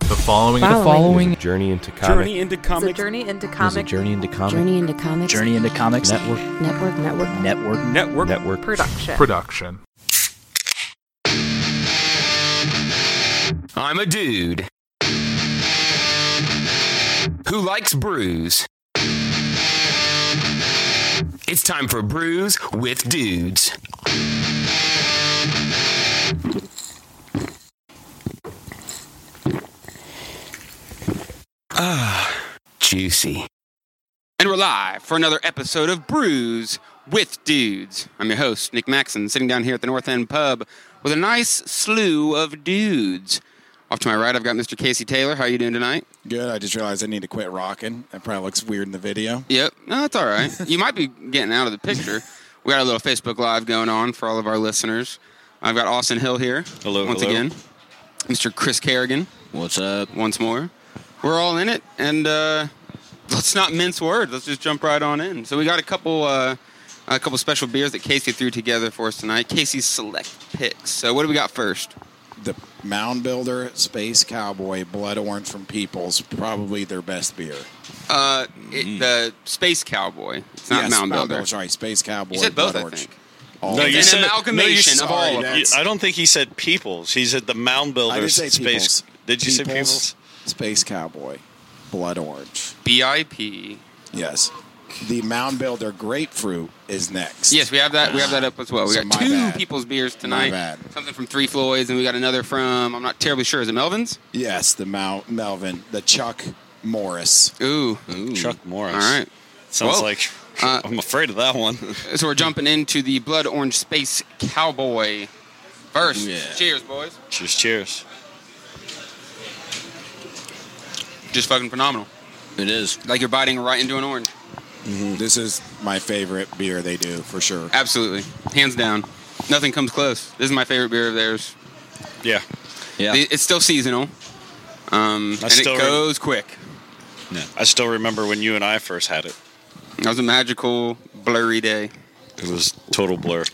The following, The following There's a journey into comic. Journey into It's a comic journey into There's a comic Journey into Comics Journey into Comics. Journey into Comics Network Network. Network. Network. network. network. production. production. I'm a dude who likes brews. It's time for Brews with Dudes. Ah, juicy. And we're live for another episode of Brews with Dudes. I'm your host, Nick Maxon, sitting down here at the North End Pub with a nice slew of dudes. Off to my right, I've got Mr. Casey Taylor. How you doing tonight? Good. I just realized I need to quit rocking. That probably looks weird in the video. Yep. No, that's all right. you might be getting out of the picture. We got a little Facebook Live going on for all of our listeners. I've got Austin Hill here. Hello, Once hello. again. Mr. Chris Kerrigan. What's up? Once more. We're all in it, and uh, let's not mince words. Let's just jump right on in. So we got a couple, uh, a couple special beers that Casey threw together for us tonight. Casey's select picks. So what do we got first? The Mound Builder Space Cowboy Blood Orange from Peoples, probably their best beer. Uh, it, the Space Cowboy. It's not Yes, Mound Builder. Sorry, Space Cowboy. You said both, Blood I Orange. think. All No, of you it. It's said an amalgamation no, of you- all sorry, of them. that's- I don't think he said peoples. He said the mound builders. I did say space. Peoples. Did you say peoples? Space Cowboy Blood Orange. BIP. Yes. The Mound Builder Grapefruit is next. Yes, we have that. We have that up as well. We So got my two bad. people's beers My tonight. bad. Something from Three Floyds, and we got another from. I'm not terribly sure. Is it Melvin's? Yes, the Mount Melvin, the Chuck Morris. Ooh. Chuck Morris. All right. Sounds Well, like uh, I'm afraid of that one. So we're jumping into the Blood Orange Space Cowboy first. Yeah. Cheers, boys. cheers, cheers. Just fucking phenomenal. It is. Like you're biting right into an orange. This is my favorite beer they do for sure. Absolutely, hands down. Nothing comes close. This is my favorite beer of theirs. Yeah. Yeah. The- It's still seasonal, um, and still it re- goes quick. I still remember when you and I first had it. That was a magical, blurry day. It was total blur.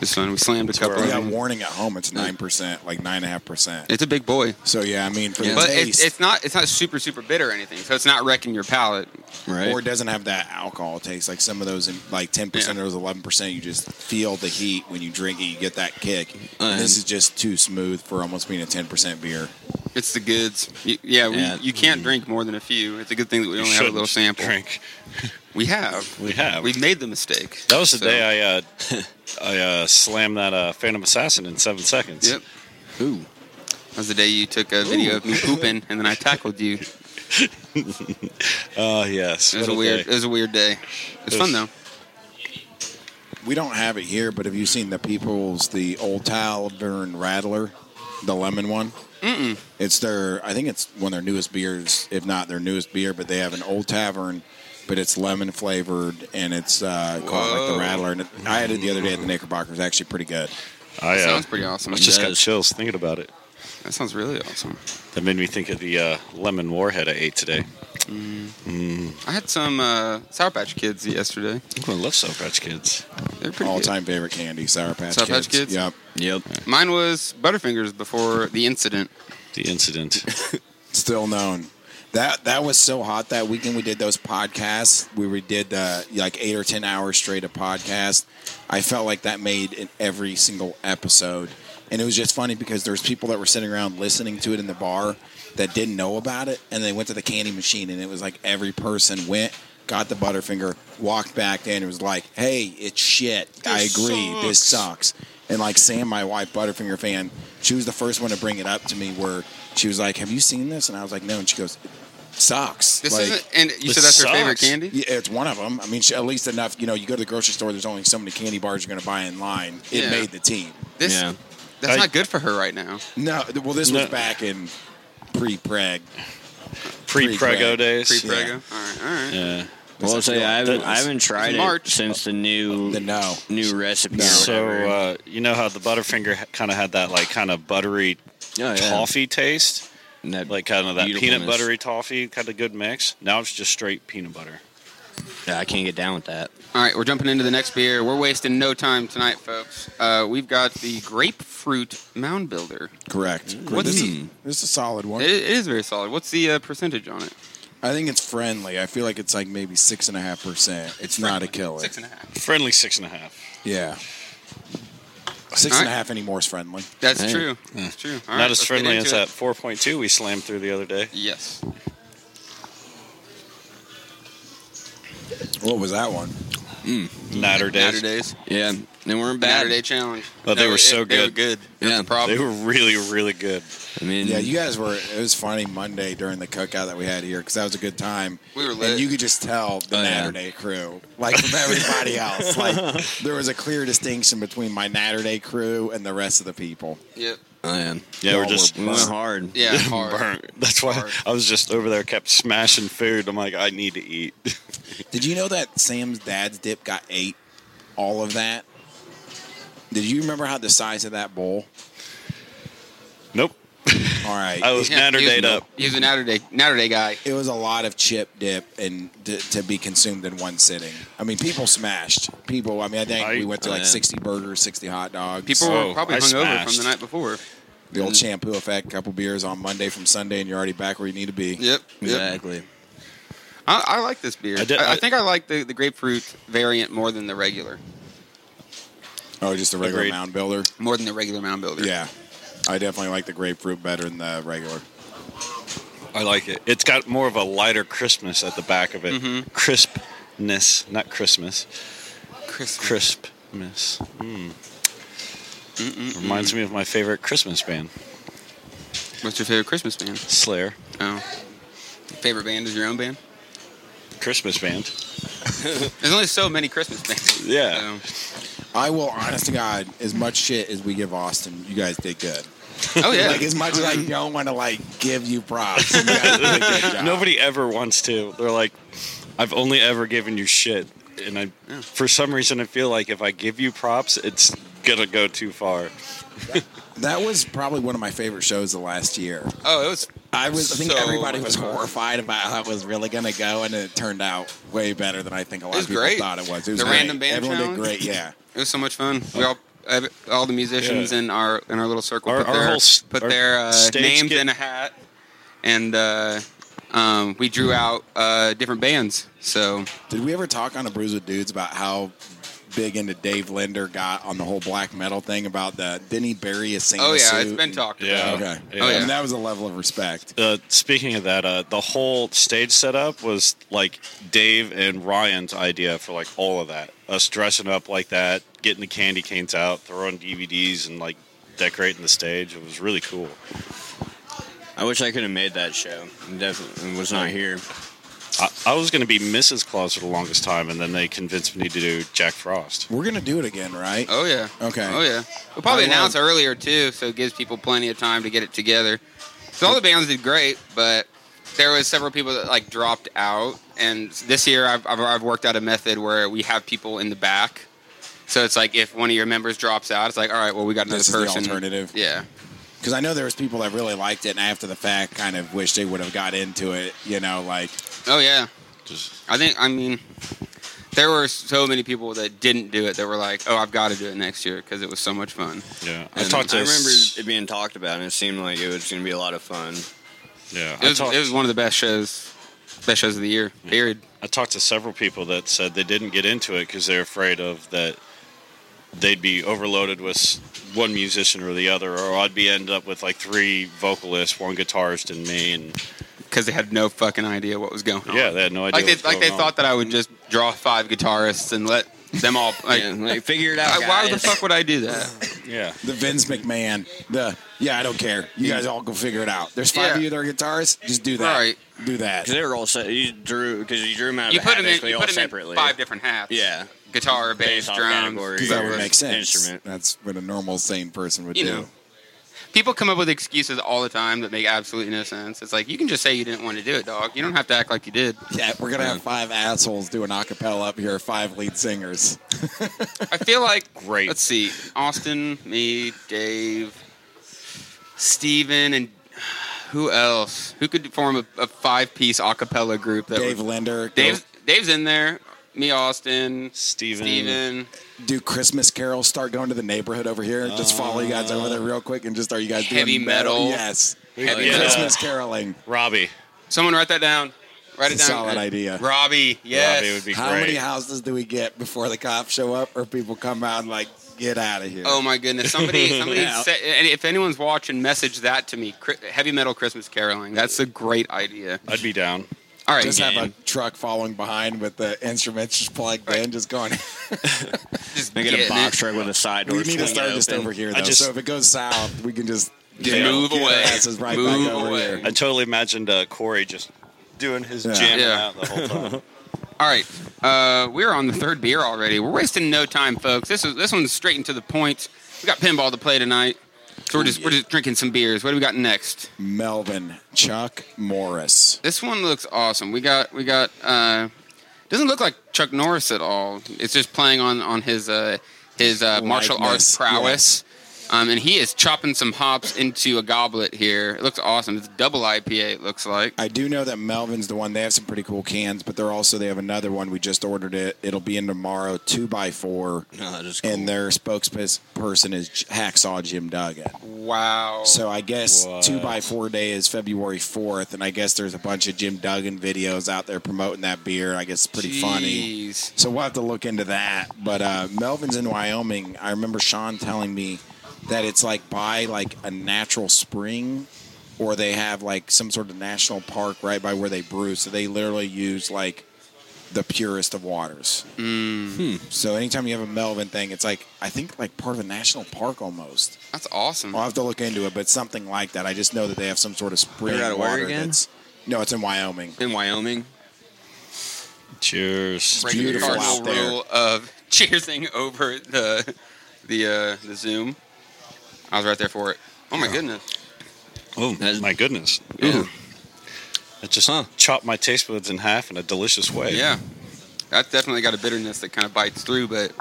This one we slammed a couple. We of got them. warning at home. It's nine percent, like nine and a half percent. It's a big boy. So yeah, I mean, for the but taste, it's, it's not it's not super super bitter or anything, so it's not wrecking your palate. Right. or it doesn't have that alcohol taste. Like some of those, in- like ten percent Yeah. or those eleven percent, you just feel the heat when you drink it. You get that kick. Uh, this is just too smooth for almost being a ten percent beer. It's the goods. You, yeah, Yeah. We, you can't drink more than a few. It's a good thing that we only have a shouldn't little sample. Drink. We have. We have. We've made the mistake. that was the So, day I uh, I uh, slammed that uh, Phantom Assassin in seven seconds. Yep. That was the day you took a video of me pooping, and then I tackled you. It Oh yes. was what a weird. day. It was a weird day. It was It was- fun though. We don't have it here, but have you seen the people's the Old Tavern Rattler, the lemon one? Mm-mm. It's their, I think it's one of their newest beers, if not their newest beer. But they have an Old Tavern, but it's lemon flavored and it's uh, called like Whoa. the Rattler. And it, I had it the other day at the Knickerbocker. It's actually pretty good. I, uh, Sounds pretty awesome. I just got does. chills thinking about it. That sounds really awesome. That made me think of the uh, lemon warhead I ate today. I had some uh, Sour Patch Kids yesterday. I think I love Sour Patch Kids. They're pretty All good. time favorite candy, Sour Patch Sour Kids. Patch Kids? Yep. Yep. Mine was Butterfingers before the incident. The incident. Still known. That that was so hot that weekend. We did those podcasts. We we did uh, like eight or ten hours straight of podcast. I felt like that made in every single episode, and it was just funny because there's people that were sitting around listening to it in the bar that didn't know about it, and they went to the candy machine, and it was like every person went. Got the Butterfinger, walked back in, and was like, "Hey, it's shit. I agree. This sucks." And like Sam, my wife, Butterfinger fan, she was the first one to bring it up to me. Where she was like, "Have you seen this?" And I was like, "No." And she goes, "It "Sucks." This like, isn't. And you This said that's her sucks. favorite candy. yeah, it's one of them. I mean, at least enough. You know, you go to the grocery store. There's only so many candy bars you're going to buy in line. It Yeah. made the team. This Yeah. that's I- not good for her right now. No, th- well, this No. was back in pre-preg. pre-prego days. Pre-prego. All right, all right. Yeah. Well, say I haven't, I haven't tried it March. since the new The no. new recipe. or So whatever. uh, you know how the Butterfinger kind of had that like kind of buttery Oh, yeah. toffee taste, And that like kind of that peanut beautifulness. buttery toffee, kind of good mix. Now it's just straight peanut butter. Yeah, I can't get down with that. All right, we're jumping into the next beer. We're wasting no time tonight, folks. Uh, we've got the grapefruit mound builder. Correct. What's this, the- is, this is a solid one. It, it is very solid. What's the uh, percentage on it? I think it's friendly. I feel like it's like maybe six and a half percent. It's not a killer. Six and a half. Friendly six and a half. Yeah. Six and a half Alright. anymore is friendly. That's Hey. true. That's true. All right, Hmm. Not let's as get friendly into as it. that 4.2 we slammed through the other day. Yes. What was that one? Natter days. Natterdays. Yeah, they weren't bad. Natterday challenge. But they were so They were good. good. That's Yeah. the problem. They were really, really good. I mean, Yeah, you guys were. It was funny Monday during the cookout that we had here because that was a good time. We were And lit. you could just tell the Oh, yeah. Natterday crew, like from everybody else. Like there was a clear distinction between my Natterday crew and the rest of the people. Yep. oh, yeah. Yeah, we're Y'all just we went hard. Yeah. Hard. burnt. That's why Hard. I was just over there, kept smashing food. I'm like, I need to eat. Did you know that Sam's dad's dip got eight? All of that. Did you remember how the size of that bowl? nope. All right. I was Yeah, he was- Natterdayed up. He was a Natterday Natterday guy. it was a lot of chip dip and d- to be consumed in one sitting. I mean, people smashed. People. I mean, I think I- we went to like man. sixty burgers, sixty hot dogs. People So, were probably I hungover smashed. from the night before. the old shampoo effect. Couple beers on Monday from Sunday, and you're already back where you need to be. Yep. Yep. Exactly. I, I like this beer. I, I did- I, I- think I like the, the grapefruit variant more than the regular. Oh, just a regular Agreed. mound builder. More than the regular Mound Builder. Yeah, I definitely like the grapefruit better than the regular. I like it. It's got more of a lighter crispness at the back of it. Crispness, not Christmas. Christmas. Crispness. Mm. Reminds me of my favorite Christmas band, What's your favorite Christmas band? Slayer. Oh. Favorite band is your own band? Christmas band. There's only so many Christmas bands. Yeah. So- I will, honest to God, as much shit as we give Austin, you guys did good. Oh, yeah. Like as much as I don't want to like give you props, you guys did a good job. Nobody ever wants to. They're like, I've only ever given you shit, and I, for some reason, I feel like if I give you props, it's gonna go too far. That was probably one of my favorite shows of last year. oh, it was. I was. I think So everybody was much fun. horrified about how it was really going to go, and it turned out way better than I think a lot It was of people great. thought it was. It was The great. random band Everyone challenge? did great. Yeah. It was so much fun. We all, ev- all the musicians Yeah. in our in our little circle Our- put our their, whole s- put our their uh, stage names get- in a hat, and uh, um, we drew out uh, different bands. So Did we ever talk on a Bruise with Dudes about how big into Dave Linder got on the whole black metal thing? About the didn't he bury a single? oh yeah, suit it's been and- talked Yeah. about. Okay. Yeah. Oh, yeah. And that was a level of respect. Uh, speaking of that, uh, the whole stage setup was like Dave and Ryan's idea for like all of that. Us dressing up like that, getting the candy canes out, throwing DVDs, and like decorating the stage. It was really cool. I wish I could have made that show. I Definitely was not here. I, I was gonna be Mrs. Claus for the longest time, and then they convinced me to do Jack Frost. We're gonna do it again, right? Oh yeah. Okay. Oh yeah. We'll probably I love- announce earlier too, so it gives people plenty of time to get it together. So all the bands did great, but there was several people that like dropped out. And this year, I've, I've I've worked out a method where we have people in the back. So it's like if one of your members drops out, it's like all right, well we got another This is the person. alternative. Yeah. Because I know there was people that really liked it, and after the fact, kind of wish they would have got into it. You know, like Oh yeah. Just I think I mean. There were so many people that didn't do it that were like, "Oh, I've got to do it next year because it was so much fun." yeah, I And talked to. I remember it being talked about, and it seemed like it was going to be a lot of fun. Yeah, It I was, talked- it was one of the best shows, best shows of the year. Period. I talked to several people that said they didn't get into it because they're afraid of that they'd be overloaded with s- one musician or the other, or I'd be end up with like three vocalists, one guitarist, and me. And because they had no fucking idea what was going on. yeah, they had no idea. like they what was like they going on. thought that I would just draw five guitarists and let them all like. yeah, like figure it out. I- why the guys. fuck would I do that? Yeah, The Vince McMahon. The yeah, I don't care. You guys all go figure it out. There's five Yeah. of you that are guitarists. Just do that. Right. Do that. 'Cause they were all set. You drew because you drew them out. Of You a put hat, them in, basically you all put 'em in separately. five different hats. Yeah. guitar, bass, Based off drums. category. Because that would Or make sense. instrument. That's what a normal sane person would You do. know. People come up with excuses all the time that make absolutely no sense. It's like you can just say you didn't want to do it, dog. You don't have to act like you did. Yeah, we're gonna have five assholes doing acapella up here, five lead singers. I feel like Great. Let's see, Austin, me, Dave, Steven, and who else? Who could form a, a five-piece a cappella group? That Dave would, Linder, go Dave's, Dave's in there. Me, Austin, Steven. Steven. do Christmas carols. Start going to the neighborhood over here. Just follow you guys over there real quick and just are you guys Heavy doing metal? metal. Yes, Heavy Yeah. metal. Christmas caroling. Robbie. Someone write that down. Write It's it a down. solid idea. Robbie, yes. Robbie would be How great. many houses do we get before the cops show up or people come out and like get out of here? Oh my goodness! Somebody, somebody. Yeah. said- and if anyone's watching, message that to me. Cri- Heavy metal Christmas caroling. That's a great idea. I'd be down. All right, just game. have a truck following behind with the instruments just plugged in, just going. just Make get it a in box it. truck with a side door. we need to swinging start just open. over here, I though. just- so if it goes south, we can just Just move get our away. asses right Move back over away. here. I totally imagined uh, Corey just doing his Yeah. jamming Yeah. out the whole time. All right, uh, we're on the third beer already. We're wasting no time, folks. This is this one's straight into the point. We got pinball to play tonight, so we're just we're just drinking some beers. What do we got next? Melvin Chuck Morris. This one looks awesome. We got we got. Uh, doesn't look like Chuck Norris at all. It's just playing on on his uh, his uh, martial arts Likeness, prowess. Um, and he is chopping some hops into a goblet here. It looks awesome. It's double IPA. It looks like. I do know that Melvin's the one. They have some pretty cool cans, but they're also they have another one. We just ordered it. It'll be in tomorrow. Two by four, No, that is cool. and their spokesperson is J- Hacksaw Jim Duggan. Wow. So I guess two by four day is February fourth, and I guess there's a bunch of Jim Duggan videos out there promoting that beer. I guess it's pretty funny. Jeez. So we'll have to look into that. But uh, Melvin's in Wyoming. I remember Sean telling me that it's like by like a natural spring, or they have like some sort of national park right by where they brew. So they literally use like the purest of waters. Mm. So anytime you have a Melvin thing, it's like I think like part of a national park almost. That's awesome. I'll have to look into it, but something like that. I just know that they have some sort of spring They're out of where water. again? that's- no, it's in Wyoming. in Wyoming. Cheers. breaking the beautiful cardinal out there. rule of cheersing over the the uh, the Zoom. I was right there for it. Oh my goodness! Oh That's- my goodness! Yeah. Ooh, it just Huh. chopped my taste buds in half in a delicious way. Yeah, that's definitely got a bitterness that kind of bites through, but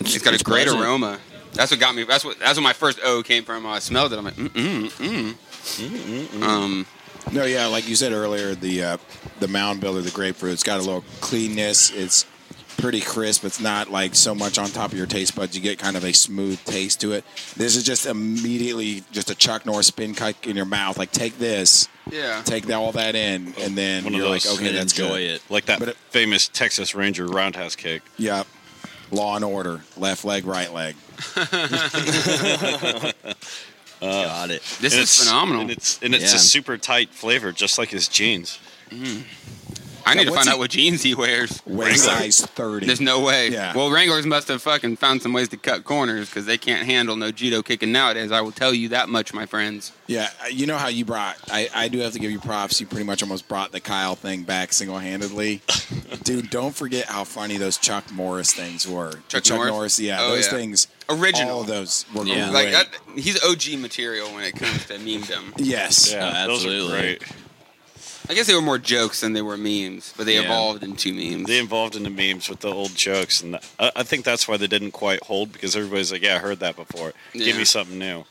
it's got it's a great pleasant. aroma. That's what got me. That's what that's what my first O came from. I smelled it. I'm like, mm mm mm. Um, No, yeah, like you said earlier, the uh, the mound builder, the grapefruit's got a little cleanness. It's pretty crisp. It's not like so much on top of your taste buds. You get kind of a smooth taste to it. This is just immediately just a Chuck Norris spin kick in your mouth. Like take this, yeah. take all that in, and then One of you're like, those okay, and that's enjoy good. it. like that But it- famous Texas Ranger roundhouse kick. Yep. Law and order, left leg, right leg. Got it. And This is it's- phenomenal. and it's and it's Yeah. a super tight flavor, just like his jeans. I need Yeah, to what's find it- out what jeans he wears. Waist size thirty. There's no way. Yeah. Well, Wranglers must have fucking found some ways to cut corners because they can't handle no judo kicking nowadays. I will tell you that much, my friends. Yeah, uh, you know how you brought. I, I do have to give you props. You pretty much almost brought the Kyle thing back single handedly, dude. Don't forget how funny those Chuck Morris things were. Chuck Chuck Norris? yeah, Oh, those yeah. things Original. All of those were Yeah. Like great. that, he's OG material when it comes to memedom. yes, Yeah, those absolutely. are great. I guess they were more jokes than they were memes, but they Yeah. evolved into memes. They involved in the memes with the old jokes, and I, I think that's why they didn't quite hold because everybody's like, "Yeah, I heard that before. Yeah. Give me something new."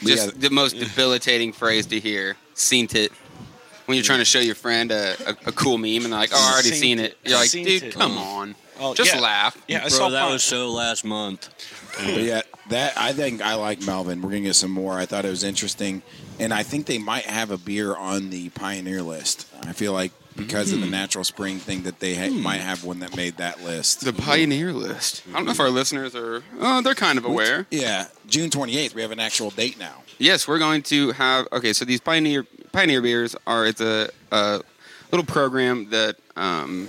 Just Yeah. the most debilitating phrase to hear. Seen it. When you're trying to show your friend a, a, a cool meme and they're like, oh, I already Seen seen it. it. You're like, Seen dude, it." come Mm. on. Oh, Just yeah. laugh. Yeah, I saw Bro, that Pop- was so last month. but yeah, that I think I like Melvin. We're gonna get some more. I thought it was interesting, and I think they might have a beer on the Pioneer list. I feel like because Hmm. of the Natural Spring thing that they ha- might have one that made that list. The pioneer list. I don't know if our listeners are, uh, they're kind of aware. yeah, June twenty eighth. We have an actual date now. Yes, we're going to have. Okay, so these pioneer pioneer beers are it's a, a little program that. Um,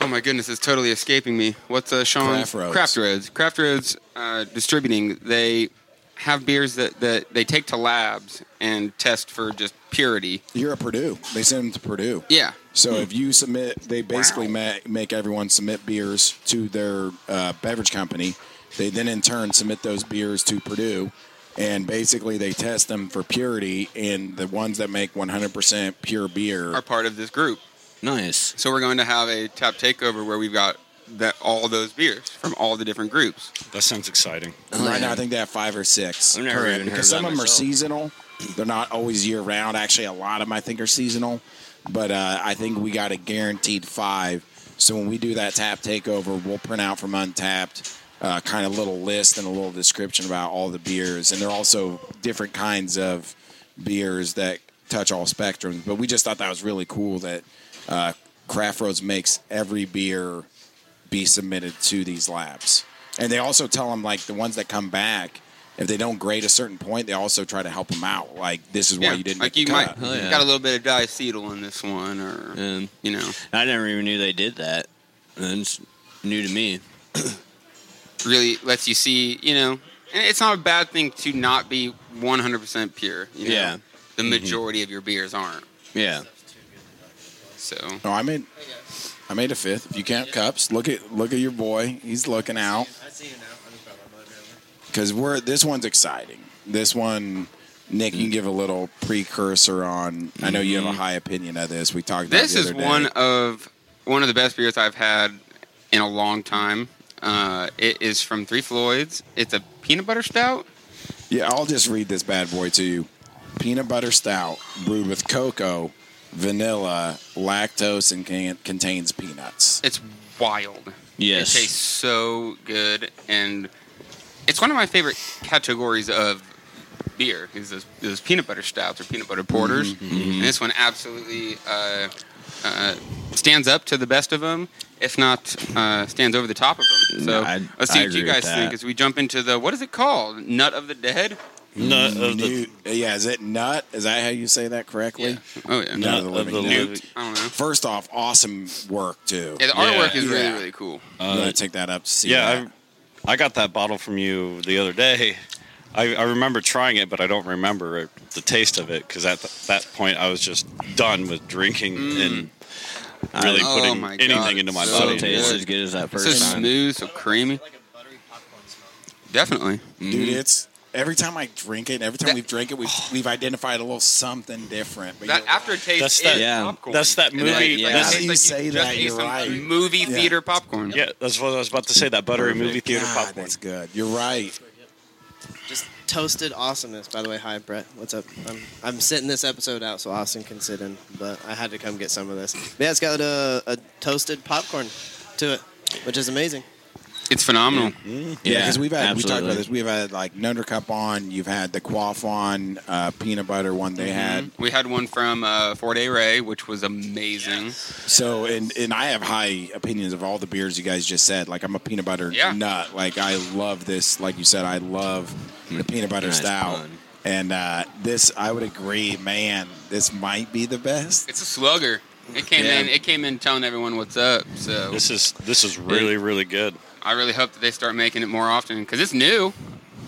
oh my goodness, it's totally escaping me. What's uh, Sean? Craft Roads. Craft Roads. Craft Roads uh, distributing. They have beers that, that they take to labs and test for just purity. You're at Purdue. They send them to Purdue. Yeah. So if you submit, they basically ma- make everyone submit beers to their uh, beverage company, They then in turn submit those beers to Purdue, and basically they test them for purity. And the ones that make 100% pure beer are part of this group. Nice. So we're going to have a tap takeover where we've got that all those beers from all the different groups. That sounds exciting. right now, yeah. I think they have five or 6 I've never per- even heard because of some that of them are myself. seasonal. They're not always year round. Actually, a lot of them I think are seasonal, but uh, I think we got a guaranteed five. So when we do that tap takeover, we'll print out from Untapped uh, kind of little list and a little description about all the beers, and they're also different kinds of beers that touch all spectrums. But we just thought that was really cool that uh, Craft Roads makes every beer be submitted to these labs. And they also tell them like the ones that come back, if they don't grade a certain point, they also try to help them out. Like this is why you didn't like you make the might cut. Oh, yeah. got a little bit of diacetyl in this one, or Um, you know, I never even knew they did that. That's new to me. really lets you see. You know, and it's not a bad thing to not be 100% pure. you know. Yeah. the Mm-hmm. majority of your beers aren't. Yeah. So No, I made I made a fifth. If you count cups, look at look at your boy. He's looking out. I see you now. I just brought my mug over. Cause we're this one's exciting. This one Nick, Mm. you can give a little precursor on. I know you have a high opinion of this. We talked. About Mm-hmm. this it the is other day. one of one of the best beers I've had in a long time. Uh, it is from Three Floyds. It's a peanut butter stout. Yeah, I'll just read this bad boy to you. Peanut butter stout brewed with cocoa, vanilla, lactose, and can- contains peanuts. It's wild. Yes. It tastes so good, and it's one of my favorite categories of beer. Is those, those peanut butter stouts or peanut butter porters? Mm-hmm. And this one absolutely uh, uh, stands up to the best of them, if not uh, stands over the top of them. So No, I- let's see I what you agree with guys think that. as we jump into the what is it called? Nut of the Dead. Nut of the, New- yeah, is it nut? Is that how you say that correctly? Oh yeah. nut Nut of the of the living living- I don't know. First off, awesome work too. Yeah, the artwork is really Yeah. really cool. I'm gonna take that up to see. Yeah, that. I, I got that bottle from you the other day. I, I remember trying it, but I don't remember it, the taste of it because at th- that point I was just done with drinking and really Oh putting my God, anything into my it's So body. it tastes anymore. as good as that So first time. smooth, so creamy. Like a buttery popcorn smell. Definitely. dude, it's every time I drink it, every time That- we've drank it, we've, we've identified a little something different. But That you're right. aftertaste That's is that- yeah. popcorn. That's that And that- movie. yeah. that's- Now that you It's say you that, just ate you're some right. Movie Yeah. theater popcorn. yeah, that's what I was about to say. That buttery movie theater God, popcorn. That's good. You're right. Just toasted awesomeness. By the way, hi Brett. What's up? I'm I'm sitting this episode out so Austin can sit in, but I had to come get some of this. But yeah, it's got a, a toasted popcorn to it, which is amazing. It's phenomenal. Yeah, because we've had we absolutely. talked about this. We've had like Nundercup on. You've had the Quaff on uh, peanut butter one they had. We had one from uh, Four Day Ray, which was amazing. So and and I have high opinions of all the beers you guys just said. Like I'm a peanut butter Yeah. nut. Like I love this. Like you said, I love the peanut butter Nice stout. pun. And uh, this, I would agree, man. This might be the best. It's a slugger. It came Yeah. in. It came in telling everyone what's up. So This is this is really really good. I really hope that they start making it more often because it's new.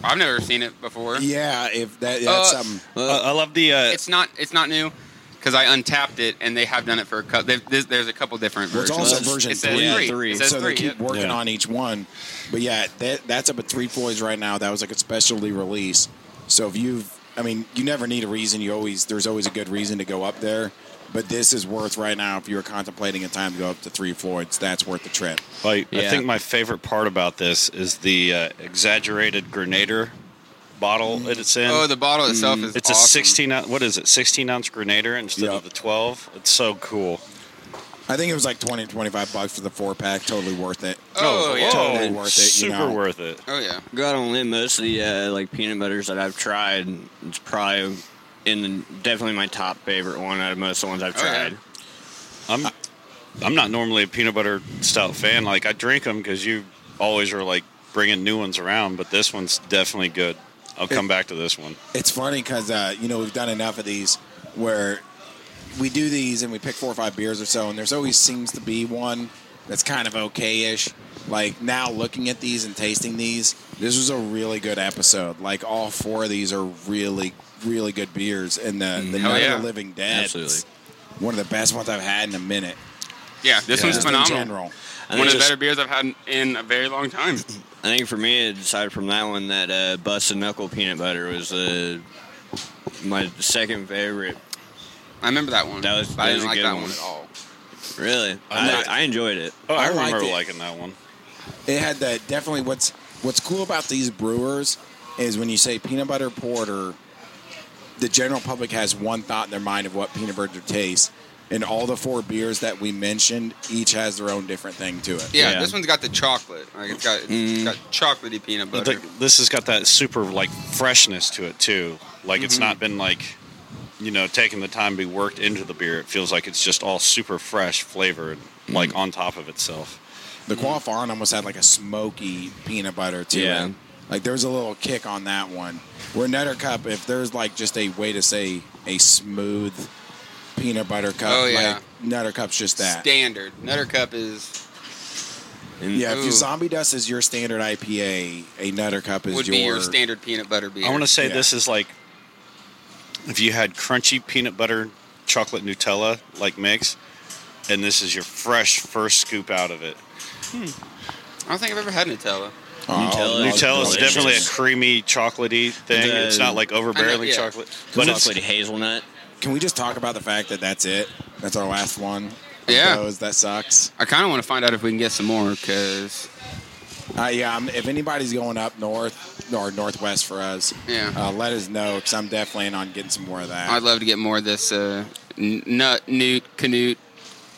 I've never seen it before. Yeah, if that that's Uh, something. I, I love the. Uh, It's not. It's not new because I untapped it and they have done it for a couple. There's, there's a couple different Well, it's versions. also version it says three. three. Yeah, three. It says so three. they yep. keep working Yeah. on each one. But yeah, that, that's up at three Floyds right now. That was like a specialty release. So if you've, I mean, you never need a reason. You always there's always a good reason to go up there. But this is worth right now if you were contemplating a time to go up to three Floyds. That's worth the trip. I, I Yeah. think my favorite part about this is the uh, exaggerated Grenader bottle that it's in. Oh, the bottle itself Mm, is. it's awesome. a 16 ounce, what is it, 16 ounce Grenader instead Yeah. of the 12? It's so cool. I think it was like 20 25 bucks for the four pack. Totally worth it. Oh, yeah. Totally worth it, you Super know. worth it. Oh yeah. Go out on a limb. Most of the uh, like peanut butters that I've tried, it's probably in the, definitely my top favorite one out of most of the ones I've Oh, yeah. tried. I'm, I'm not normally a peanut butter stout fan. Like, I drink them because you always are like bringing new ones around, but this one's definitely good. I'll come back to this one. It's funny because uh, you know we've done enough of these where we do these and we pick four or five beers or so, and there's always seems to be one that's kind of okay-ish. Like now, looking at these and tasting these, this was a really good episode. Like all four of these are really, really good beers, and the Mm-hmm. the Hell Night yeah. of the Living Dead, is Absolutely. one of the best ones I've had in a minute. Yeah, this Just one's phenomenal. In general. I think One of the just- better beers I've had in a very long time. I think for me, aside from that one, that uh, busted knuckle peanut butter was uh, my second favorite. I remember that one. That was- but I that was didn't a like good that one. one at all. Really, I I, liked it. I enjoyed it. Oh, I, I liked remember it. liking that one. It had that definitely. What's what's cool about these brewers is when you say peanut butter porter, the general public has one thought in their mind of what peanut butter tastes, and all the four beers that we mentioned each has their own different thing to it. Yeah, Yeah. this one's got the chocolate. Like it's got it's got chocolatey peanut But butter. the- this has got that super like freshness to it too. Like it's Mm-hmm. not been like, you know, taking the time to be worked into the beer. It feels like it's just all super fresh flavored, Mm. like on top of itself. The qualifier almost had like a smoky peanut butter to Yeah. it. Like there was a little kick on that one. Where Nutter Cup, if there's like just a way to say a smooth peanut butter cup, Oh, yeah. like Nutter Cup's just that. Standard Nutter Cup is And Yeah, if Ooh. your zombie dust is your standard IPA, a Nutter Cup is would your, be your standard peanut butter beer. I want to say Yeah. this is like if you had crunchy peanut butter chocolate Nutella like mix, and this is your fresh first scoop out of it. I don't think I've ever had Nutella. Oh, Nutella. I'll- Nutella is delicious. definitely a creamy chocolatey thing. The- it's not like I know, overbearingly yeah. chocolate, but but it's chocolate hazelnut. Can we just talk about the fact that that's it? That's our last one. of Yeah. those, that sucks. I kind of want to find out if we can get some more because Uh, yeah, I'm, if anybody's going up north or northwest for us, Yeah. uh, let us know because I'm definitely in on getting some more of that. I'd love to get more of this uh, n- nut newt canute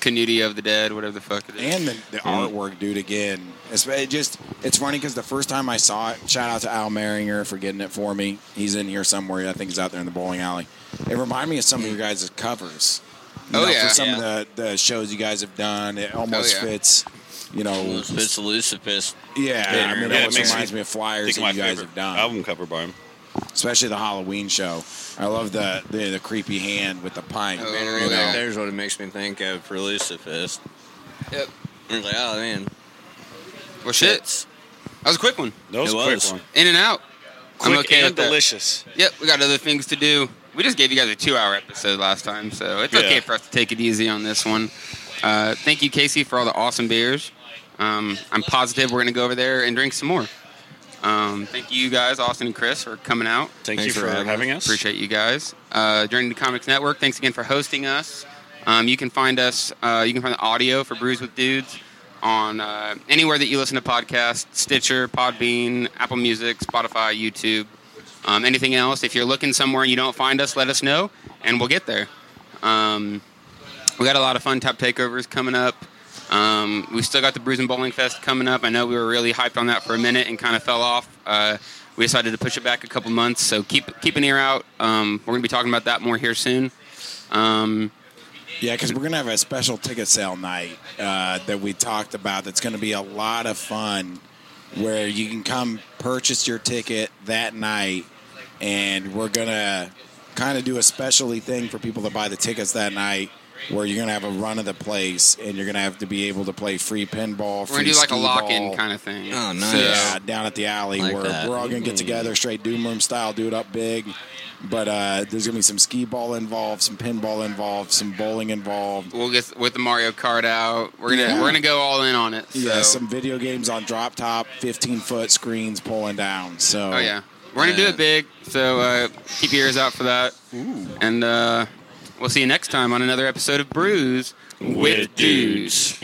canuti of the dead, whatever the fuck it is. and the, the artwork, dude. Again, it's it just it's funny because the first time I saw it, shout out to Al Maringer for getting it for me. He's in here somewhere. I think he's out there in the bowling alley. It reminded me of some of your guys' covers. You Oh, know, yeah. Oh, for some of the, the shows you guys have done, it almost yeah. fits. You know, It's Lucifus. yeah. I mean, Yeah, it it almost makes me reminds me of flyers think that my you guys favorite have done, album cover by him. especially the Halloween show. I love the the, the creepy hand with the pint. Oh, Man, yeah. you right know. there, there's what it makes me think of for Lucifus. Yep. I was like, oh man, Well, shit. That was a quick one. That was It a quick was. one. In and out. Quick I'm okay and with that. delicious. Yep, we got other things to do. We just gave you guys a two-hour episode last time, so it's Yeah. okay for us to take it easy on this one. Uh, thank you, Casey, for all the awesome beers. Um, I'm positive we're going to go over there and drink some more. Um, thank you guys, Austin and Chris, for coming out. Thank Thanks you for for having having us. Appreciate you guys. Uh, Journey to Comics Network, thanks again for hosting us. Um, you can find us, uh, you can find the audio for Brews with Dudes on uh, anywhere that you listen to podcasts Stitcher, Podbean, Apple Music, Spotify, YouTube, um, anything else. If you're looking somewhere and you don't find us, let us know and we'll get there. Um, we got a lot of fun top takeovers coming up. Um, we still got the Bruising Bowling Fest coming up. I know we were really hyped on that for a minute and kind of fell off. Uh, we decided to push it back a couple months, so keep keep an ear out. Um, we're gonna be talking about that more here soon. Um, Yeah, because we're gonna have a special ticket sale night uh, that we talked about. That's gonna be a lot of fun, where you can come purchase your ticket that night, and we're gonna kind of do a specialty thing for people to buy the tickets that night. Where you're gonna have a run of the place, and you're gonna have to be able to play free pinball. we're gonna free do like a skee lock in ball. kind of thing. Oh, nice. So, Yeah, down at the alley Like where that. we're all gonna get together, straight doom room style, do it up big. But uh, there's gonna be some skee ball involved, some pinball involved, some bowling involved. we'll get with the Mario Kart out. We're gonna Yeah. we're gonna go all in on it. So. Yeah, some video games on drop top, 15 foot screens pulling down. So, Oh yeah, we're gonna do it big. So uh, keep your ears out for that. And uh, we'll see you next time on another episode of Brews with, With dudes.